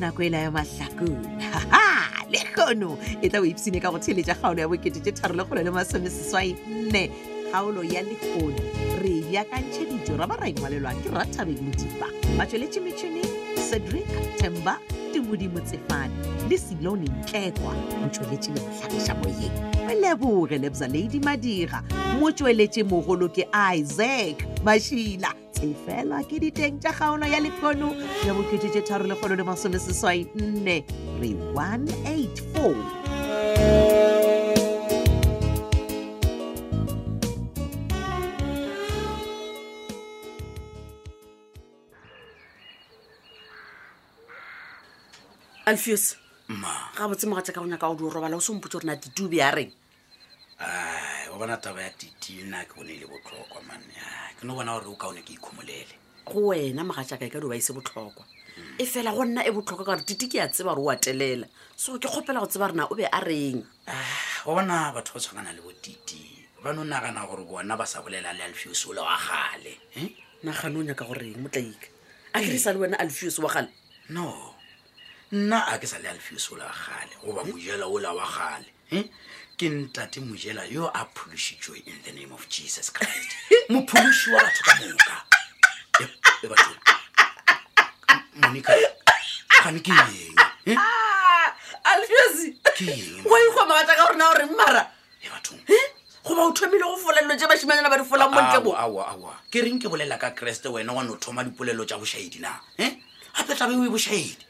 nako ela ya mahlakong haa le kgono e tla o ipsene ka go theletša kgaolo ya bokete tše tharo le kgolo le masomeseswai nne kgaolo ya lekgono re e beakantšheditšo ra ba ra engwalelwang ke ratabeng modipa batsweletše metšhini cedric temba temodimo tsefane le selone ntlekwa motsweletše le mohlagiša moyeng re leboge lebza ladi madira motsweletše mogolo ke isaac mašila tsefela ke diteng tša kgaolo ya lekono ya boketetše tharo lekgolo le masomeseswai nne re 184 alfius mma gabotse mogatse ka go nyaka o di o robala o sompotse gore na ditube ya reng ai o bona taba ya titi nna ke bone e le botlhokwa manne Ai, ke no bona gore o kaone ke ikhomolele go wena mogatšaka e ka di ba ise botlhokwa e fela go nna e botlhokwa ka gore tite ke a tseba gore o atelela so ke kgopela go tseba rena o be a reng Ah, wa bona batho ba tshwanana le bo titi ba no nagana gore bona ba sa bolela le alfios o le wa gale eh? nagane o nyaka goreng motlaika a kerisa le wena alfius wa gale no nna a ke sa le alfios o le wa gale goba mojela ola wa gale eh? ke ntate mojela yo a phološitšwe in the name of jesus christ mophološi wa batho ka moka E- e batho monica gane ke eng eh? alfius Ke eng? o ikgwa mogatšaka gorena o reng mara e bathong Eh? goba o thomile go folelelo tse bašimanyana ba di folang montle bo awa ke reng ke bolela ka kreste wena wa no thoma dipolelo tša bošaedi na e gape tlabe o e bošaedi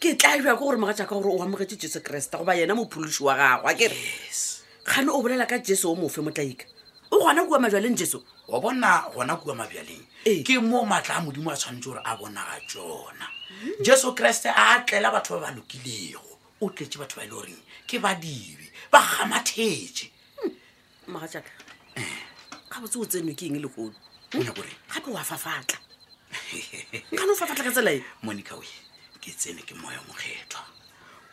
ke tla bja ke gore mogatšaka gore o amogetse jesu kereste goba yena mophološi wa gagwe a kere yes kgane o bolela ka jesu o mofe motlaika o gona kua majaleng jesu wa bona gona kua mabjaleng Ee. ke mo maatla a modimo a tshwanetse gore a bonaga tsona jesu kreste a tlela batho ba ba lokilego o tletse batho ba e le goreng ke badibi ba gamathetse mogatšaka ga botse o tsenwe ke eng lekolo o nyako reng gape oa fafatla nkane o fafatla ka tsela e monica oe ke tsene ke moya mokgethwa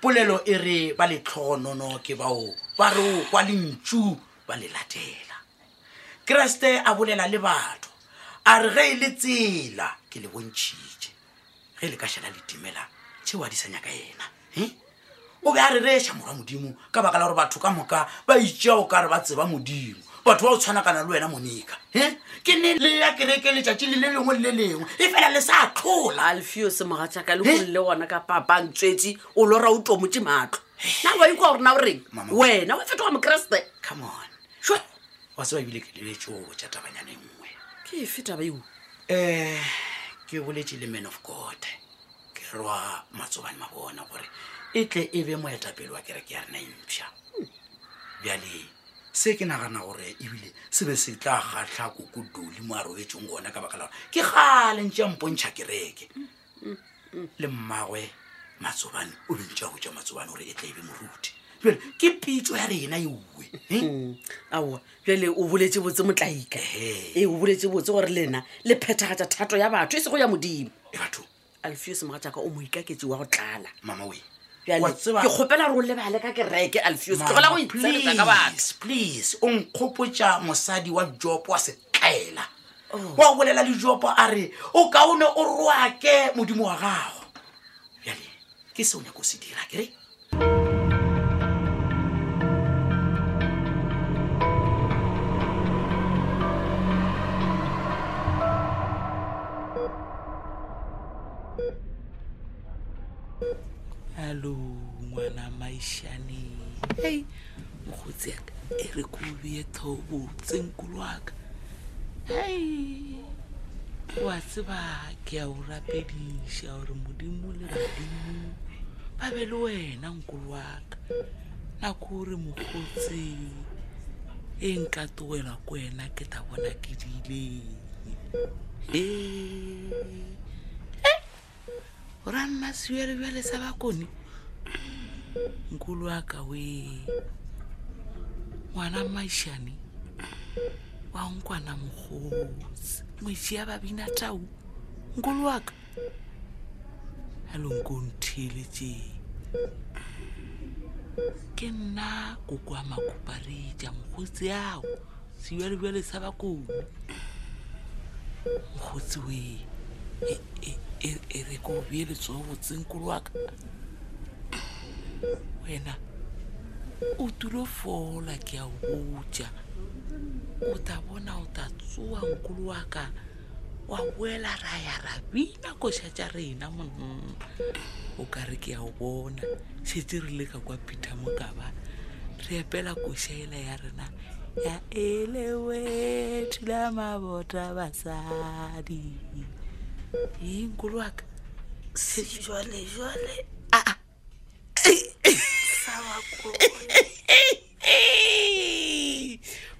polelo e re ba letlhogonono ke bao ba re o kwa lentšu ba le latela keresete a bolela le batho a re ge e le tsela ke le bontšhitše ge le ka šala letimela tšeo a di sa nyaka ena e o be a re reša morwa modimo ka baka la gore batho ka moka ba itšeao ka re ba tseba modimo batho ba o tshwanakana le wena monika e ke ne le ya kereke letšatši le le lengwe le le lengwe e fela le sa tlhola alfios mogatšaka Eh? le golle gona ka papantswetse o lora o tomotse matlho na wa ikwa gorena o reng Mama. wena wa fetoga mokeresete come on swa wa seba ebile ke leletse o botsa tabanyane nngwe ke efe taba eo um ke boletse le man of god ke rwa matsobane mabona gore e tle e be moetapele wa kereke ya rena entšha bjale se ke nagana gore ebile se be se tla kgatlha kokodoli mo a robetseng gona ka baka la gore ke gale ntšha mpontšha kereke le mmagwe matsobane o be ntšha go tša matsobane gore e tle e be moruti bjale ke pitso ya rena e eh? euwe aa jale o boletse botse motlaika Ehe. ee o boletse botse gore lena le phethagatša thato ya batho e sego ya modimo e batho alfios mogatšaka o moikaketse wa go tlala mama we Bjale, Wa tseba- ke kgopela gore o lebale ka kereke alfios Mama, tlogela go itseretsa ka batho please, please o nkgopotsa mosadi wa jopo wa setlaela Oh. wa bolela le jopo a re o kaone o roake modimo wa gago bjale ke seo nyako se dira kere alo ngwana maišane hei mokgotsi yaka e re ko bee thobotse nkolo waka hei wa tseba ke a o rapediša gore modimo le badimo ba be le wena nkolo waka nako ore mokgotsi e nka towela ko wena ke ta bona ke dileng e ora nna sebjalebjale sa bakone nkolo wa ka we ngwana maišane wa nkwana mokgotsi mošea babina tau nkolo wa ka alo nko ntheeletse ke nna koko a makoparetša mokgotsi ao sebjalebjale sa bakone mokgotsi wee E- e- e re ko obie letsogo botsenkolo wa ka wena o tulo fola ke a o botja o ta bona o ta tsoa nkolo wa ka wa boela ra ya ra bina koša tša rena monna o ka re ke a o bona šetse re le ka kwa peter mokaba re epela koša ela ya rena ya elewe thula mabota basadi ee nkolo wa ka Ah, sejwalejwale aa sa bakolo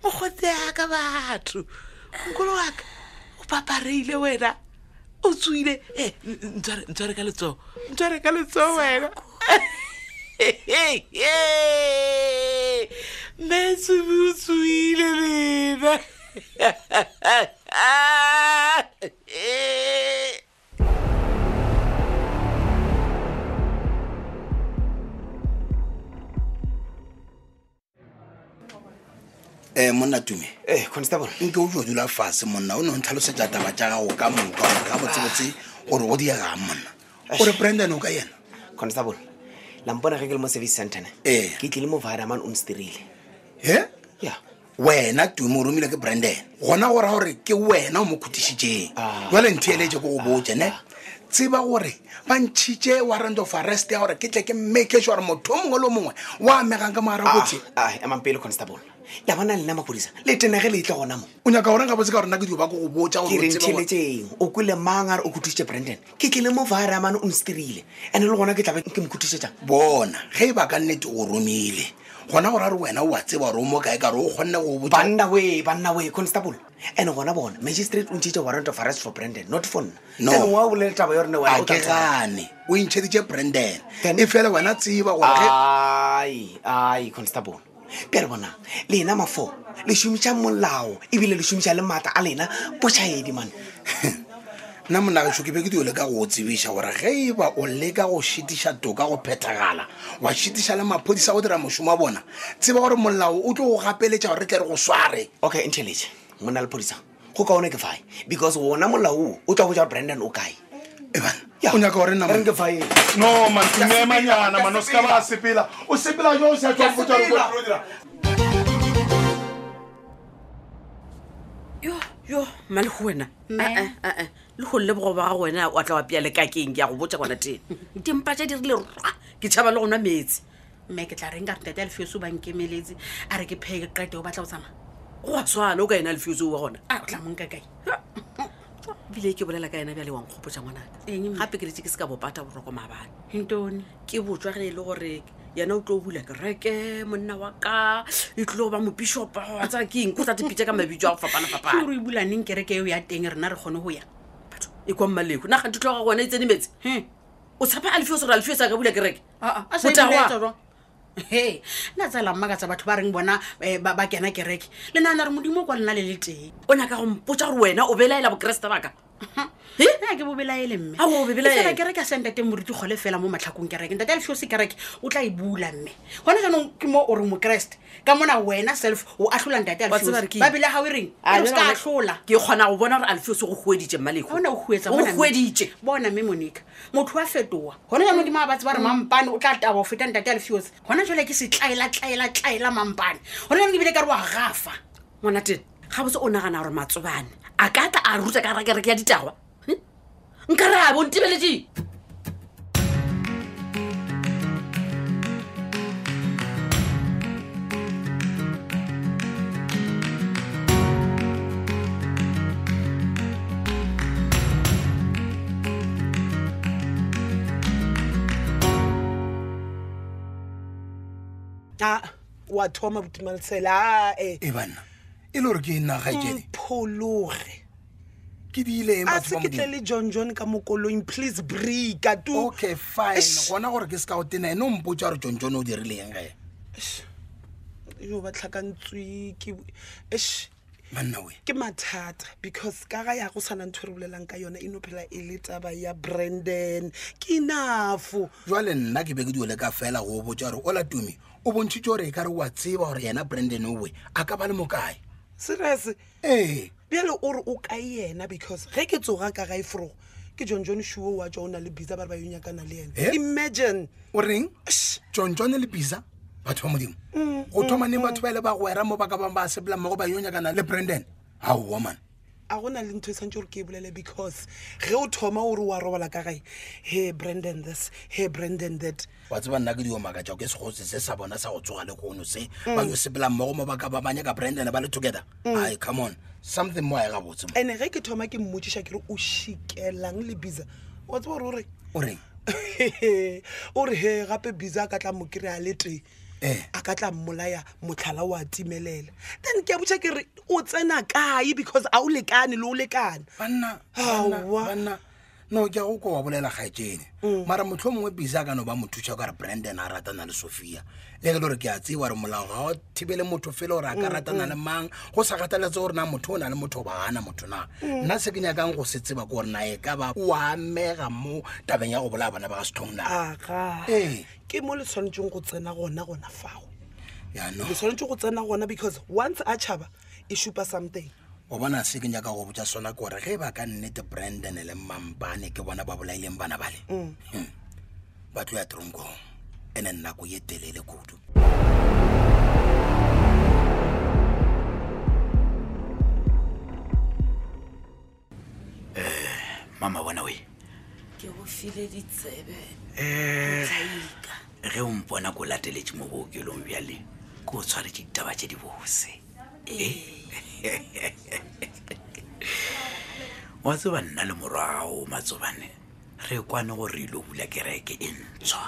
mokgotsi aka batho nkolo waka o papareile wena o tswile e ntshware ka letsogo ntshware ka letsogo wena mmetsebe o tswile lena um monna tume ee constable nke o tlo dula fatshe monna o ne o ntlhalosetsa taba tja gago ka moka gore ga botsebotse gore go diegang monna gore brandon o ka yena constable lampona ge ke le mo service centerne Eh. Ee. ke tlile mo vadaman on sterile he ya wena tume o romile ke brandon gona go raya gore ke wena o mo khutišitšeng Ah. jale ntho e eletse ko go Ah. botse ne Ah. tseba gore ba ntšhitše warrant of arrest ya gore ke tle ke mmake sure motho o mongwe le o mongwe wa amegang ka moara Ah, botse amampele constable ya bona lena maphodisa le e tena ge le itla gona mo o nyaka goreng ka botse ka gore nna ke dio ba ko go botsa ke gore o reng tsebe gore- tšheletseng o kwele mang a re o khuthisitše brandon ke tlile mo vadaman on sterile and-e le gona ke tlabe ke mo khuthisetsang bona ge ba ka nnete o romile gona gore a re wena o a tseba gore o mo kae ka re o kgonne go botsa banna we banna we constable and gona bona magistrate o ntšhitše warrant of arrest for brandon not for nna No. then wa bolele taba ya rene a ke gane o intšheditše brandon Then- Ah. e fela wena tseba gore ge- ai ai constable pere bona lena mafo le šomiša molao ebile le šomiša le maatla a lena bošaedi mane nna monagaso ke be ke dio leka go o tsebiša gore ge e ba o leka go šitiša toka go phethagala wa šitiša le maphodisa go dira mošomo wa bona tseba gore molao o tlo go gapeletša gore re tle re go sware okay intellige monna le phodisa go kaone ke fae because wona molao o tla boja brandon o kae ebana o nyaka gore nna monna- fae no mantumemanyana mane o seka ba sepela o sepela jo o sa tswa botsa gore sepela. o tlo dira. yo yo mma le go wena Mme. Ah, ah, ah, ah. le go lebogo ba ga wena wa tla wa pea le kakeng ke ya go botsa kona teng dimpa tša dirile rwa ke tšhaba le go nwa metsi mme ke tla reng ka re tete alefeso ba nkemeletse a re ke phee qete o batla go tsamaya go a tshwana o ka ena lefuse wa gona a o tla monka kae ebile ke bolela ka ena bjale wankgopotsa ngwanaka Eng, mme? gape ke detse ke se ka bopata boroko maabane ntone ke botswa ge e le gore yena o tlo bula kereke monna wa ka e tlo ba mopišopa wa tsa keng ko tsa tepitša ka mabitso a go ke gore fapana-fapana o e bulaneng kereke eo ya teng rena re kgone go ya batho e kwa mmaleko na gante tloga gona e tsene metse Hmm. o tshepa alfeos gore alfeos a ka bula kereke Ah, ah, a sa e Botagwa. boletse jwang? he nna tsala mmakatsa batho ba reng bona eh, ba ba kena kereke le naana re modimo o kwa lena le le teng o nyaka go mpotsa gore wena o belaela bokeresete baka He? nna ke bobelaele mme Ao, o bobelaele. Efela kereke a sentate moriti kgole fela mo matlhakong kereke ntate alefeose kereke o tla e bula mme gona jaanong ke mo o re mokeresete ka mona wena self o atlhola ntate Wa tseba re ke alefeose eng? babele ga o e reng A, o jwale seka gona- atlhola ke kgona go bona gore alfeos go hueditše mmaleko gona o huetsa o mona, mme. hueditše bona mme monica motho wa fetoa gona jaanong ke maa batse ba re mampane o tla taba o feta ntate alefeose gona jale ke se tlaela tlaela tlaela mampane gona jaanong ebile ka re wa gafa ngwana tene ga botse o nagana gore matsobane a ka tla a ruta ka gara kereke ya ditagwa Hm? nka re a bontebeletse a wa thoma botumaletsela ae e banna e le gore ke nagae mphologe ke diile eng a batho se ba ke tle modimo? le john john ka mokoloing please breka tu okay fine Eish. gona gore ke se ka o tena ene o mpotsa gore tsontsone o dirileng gae yo batlhakantswi ke ash banna we ke mathata because ka ga ya go tshwana ntho e re bolelang ka yona e no phela e le taba ya brandon ke enafo jwale nna ke be ke diole ka fela go botsa gore ola tumi o bontshitse gore e ka re wa tseba gore yena branden owe a ka ba le mokae serius ee bjale o re o kae yena because ge ke tsoga ka ga e forogo ke john john shuo wa tswa o na le bitsa ba re ba yo nyakana le ena Eh? imagine o reng Sh, john john le bisa batho ba modimo go thomaneng batho ba e le ba gwera mo ba ka bang ba sepelang mmago ba yonyakana le brandon gaowa man a gona le ntho e tshwanetse gore ke e bolele because ge o thoma ore wa robala ka gae he brandon this he brandon that wa tseba nna ke diomaka jao ke segotse se sa bona sa go tsoga le kono se ba yo sepela mmogo mo ba ka ba banyaka brandon ba le together ai come on something more ga botse mo. and-e ge ke thoma ke mmotsiša ke re o šikelang le bisa wa tseba gore ore o reng ore he gape bisa a ka tla mo kry-a le tee Eh. a ka tla mmolaya motlhala o a timelela then ke a botša ke re o tsena kae because a o lekane le o lekane banna banna, Aowa. banna no ke a go ko wa bolela gaetsene mara motlho o mongwe bisa ka no ba mothusa ka re brandon a ratana le sophia le ke le gore ke a tseba gore molao ga o thibele motho fela gore a ka ratana le mang go sa kgathaletse gore na motho o na le motho o ba gana motho na nna se ke nyakang go se tseba ke gore nae ka ba o amega mo tabeng ya go bolaya bana ba ga sethong na Ah. aga Ee. ke mo le tshwanetseng go tsena gona gona fao yaano le tshwanetse go tsena gona because once a tšhaba e supa something o bona se ke nyaka go botsa sona kore ge ba ka nnete brandon le mampane ke bona ba bolaileng bana bale Mm. Hmm. ba tlo ya tronkong ene nako ye telele kudu Eh, mama bona oe ke go file ditsebe ge Eh. o mpona ko lateletse mo bookelong bjale ko o tshware ke ditaba tse di bose wa tseba nna le morago matsobane re kwane gore re ile o bula kereke e Hmm? ntshwa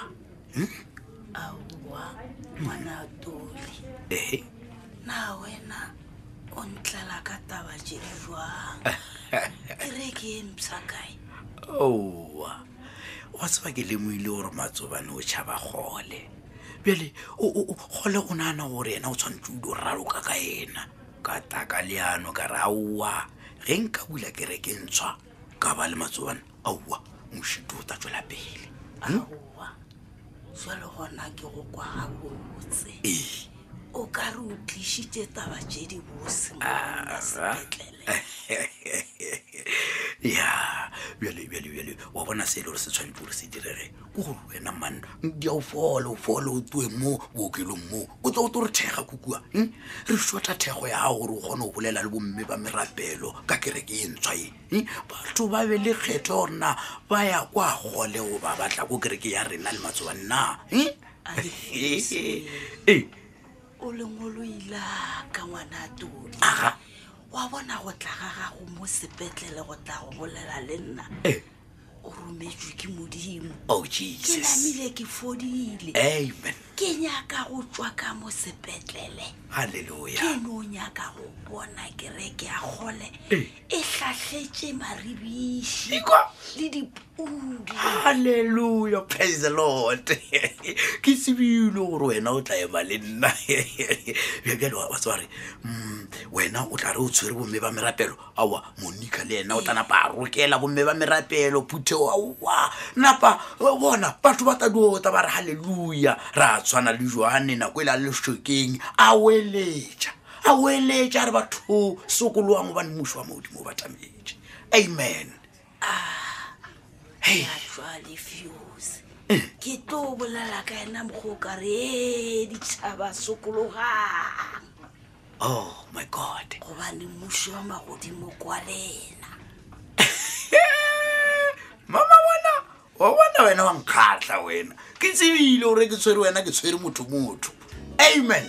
aowa ngwana tole ee na wena o ntlela ka taba tse di jwang e re ke e mpsha kae owa wa tseba ke lemoile gore matsobane o tšhaba kgole bjale o- o- o- kgole go nagana gore ena o tshwanetse o dio raloka ka ena ka taka leano ka re aowa ge nka bula kereke ntshwa ka ba le matsobane aowa mošito o tla tswela pele aowa jalo gona ke go kwa gabotse ee o ka re o tlišitše taba tše di bose Ah. mona sepetlele ya bjale bjale bjale wa bona se e le gore se tshwanetse gore se direge ko gore wena man di ao fole o fole o tsoe mo bookelong moo o tsa o tlo re thega kukua hm? re shota thego ya gago gore o kgone go bolela le bomme ba merapelo ka kereke e ntshwa e hm? batho ba be le kgetho ya gorena ba ya kwa gole go ba batla ko kereke ya rena le matsoba nna hm? A di fedise. ee o lengolo ilaka ngwana tole aga wa bona go tla ga gago mo sepetlele go tla go bolela le nna Eh. o rometswe ke modimo oh ke jesus namile ke fodile amen ke nyaka go tswa ka mo sepetlele halleluya ke no nyaka go bona kereke ya kgole e tlhatlhetse maribiši Ikwa. le dipudi halleluja praise the lord ke sebile gore wena o tla ema le nna bjabjale wa tsebare wena o tla re o tshwere bomme ba merapelo aowa monica le ena o tla napa a rokela bomme ba merapelo phutheo aowa napa eh, bona batho ba tadiota ba re halleluja re a tshwana le joane nako e le a le lesokeng a weletša a weletša a re batho sokoloang gobane moši wa modimo o batametše amen Hey. ya tswa le fuse ke tlo bolela ka ena mokgwa o ka re e ditšhaba sokologang oh my god gobane mmuši wa magodimo kwa lena mama bona wa bona wena wa nkgatlha wena ke tsebile gore ke tshwere wena ke tshwere motho motho amen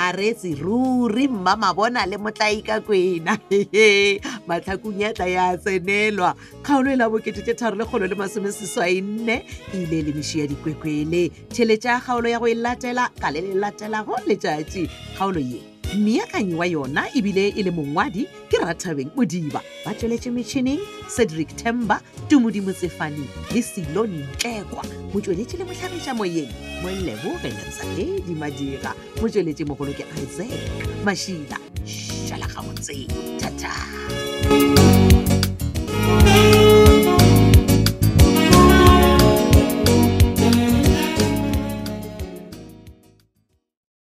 a reetse ruri mmama bona le motlai ka kwena hehe matlhakong ya tla ya tsenelwa kgaolo e la boketete tharo le kgolo le masomeseswai nne ile e le mešwi ya dikwekwele theletša kgaolo ya go e latela ka le le latelago letšatši kgaolo ye meakanyi wa yona ebile e le mongwadi ke rathabeng modiba ba tsweletše metšhineng cedric temba tumodimo tsefane le selone ntlekwa motsweletše le motlhagiša moyeng molebogeletsaledi madira motsweletše mogolo ke isaac mašila šala gabotse thata